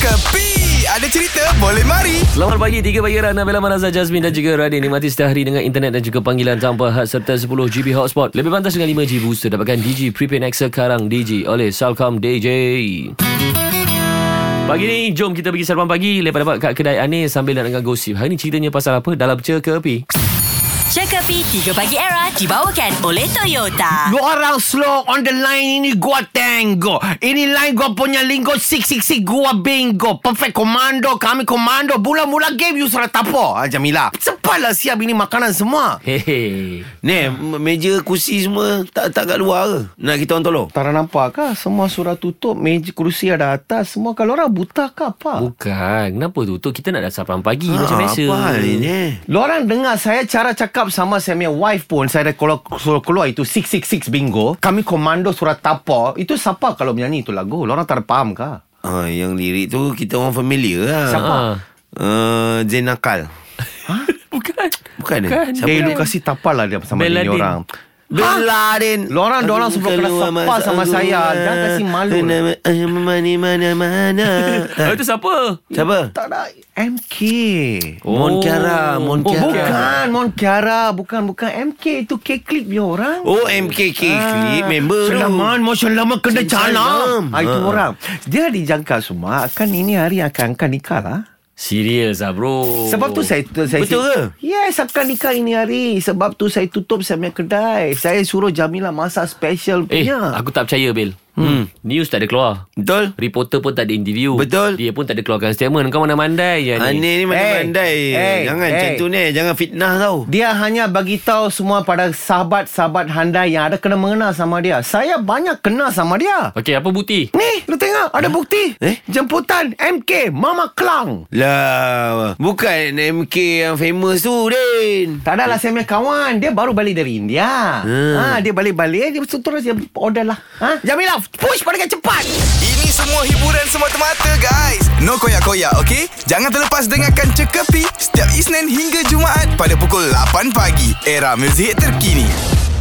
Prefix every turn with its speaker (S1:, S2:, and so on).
S1: Kepi Ada cerita boleh mari
S2: Selamat pagi, tiga bayaran Nabila Manazah Jazmin dan juga Radin Nikmati setiap hari dengan internet dan juga panggilan tanpa had serta 10 GB hotspot. Lebih pantas dengan 5G booster dapatkan DG Prepaid Nexa Karang DG oleh Salcom DJ. Pagi ni, jom kita pergi sarapan pagi lepas dapat kat kedai Anis sambil nak dengar gosip. Hari ni ceritanya pasal apa? Dalam cekapi.
S3: Check Up 3 Pagi Era dibawakan oleh Toyota.
S4: Lu orang slow on the line ini gua tango. Ini line gua punya lingo 666 gua bingo. Perfect komando, kami komando. Mula-mula game you serah tapo. Ah, Jamila. Cepatlah siap ini makanan semua.
S2: Hehe.
S4: Ni, m- meja, kursi semua tak tak kat luar ke? Nak kita orang tolong?
S5: Tak nampak kah Semua surah tutup Meja kerusi ada atas Semua kalau orang buta ke apa
S2: Bukan. Kenapa tu? Tu kita nak dah sarapan pagi
S5: Ah,
S2: macam biasa.
S4: Ah, Apa hal ini?
S5: Lorang dengar saya cara cakap sama saya punya wife pun Saya dah keluar, keluar, keluar itu 666 bingo Kami komando surat tapa Itu siapa kalau menyanyi itu lagu Lorang tak ada faham kah
S4: Ah, yang lirik tu kita orang familiar lah.
S5: Siapa?
S2: Ah.
S4: Uh, Zain Nakal.
S2: Bukan.
S4: Bukan, eh?
S2: Bukan.
S4: Siapa
S5: Dia
S4: dia?
S5: edukasi tapal lah dia sama
S2: Bin
S5: dia
S2: Laden.
S5: orang
S4: Beladin
S5: Lorang- dorang sebelum kena sapa sama saya. Jangan kasih malu.
S4: eh, Mana mana mana
S2: Ah, itu siapa?
S4: Siapa? Oh.
S5: Tak ada MK
S4: Mon Kiara Mon
S2: Oh,
S4: Kiara
S5: Bukan Mon Kiara Bukan bukan MK Itu K-Clip dia orang
S4: Oh MKK Clip member tu
S5: Ah. Selamat Masya Allah makan dah
S4: Salam.
S5: calam ha, Itu
S4: Ha.
S5: orang Dia dijangka semua Akan ini hari akan akan nikah lah
S2: Serius lah bro.
S5: Sebab tu saya, tu, saya
S4: Oh. Betul ke?
S5: Yes akan nikah ini hari Sebab tu saya tutup saya punya kedai Saya suruh Jamila masak special
S2: Eh,
S5: punya
S2: aku tak percaya, Bil. Hmm. News tak ada keluar.
S4: Betul
S2: Reporter pun tak ada interview
S4: Betul.
S2: Dia pun tak ada keluarkan statement Kau mana mandai je
S5: Eh.
S4: Ani
S2: ni
S5: Hey.
S4: ni mandai-mandai
S5: Hey.
S4: Jangan
S5: Hey.
S4: macam tu ni Jangan fitnah tau
S5: Dia hanya bagi tahu semua pada sahabat-sahabat handai yang ada kena mengena sama dia. Saya banyak kena sama dia.
S2: Okey apa bukti?
S5: Ni, lu tengok ada bukti.
S4: Eh?
S5: Jemputan MK Mama Kelang.
S4: Lah Bukan MK yang famous tu Din
S5: Tak ada lah saya punya kawan Dia baru balik dari India
S4: Hmm.
S5: ha, Dia balik-balik Dia terus dia order lah ha? Jamilah Push pada dia cepat
S1: Ini semua hiburan semata-mata guys No koyak-koyak ok Jangan terlepas dengarkan Cekapi Setiap Isnin hingga Jumaat Pada pukul 8 pagi Era muzik terkini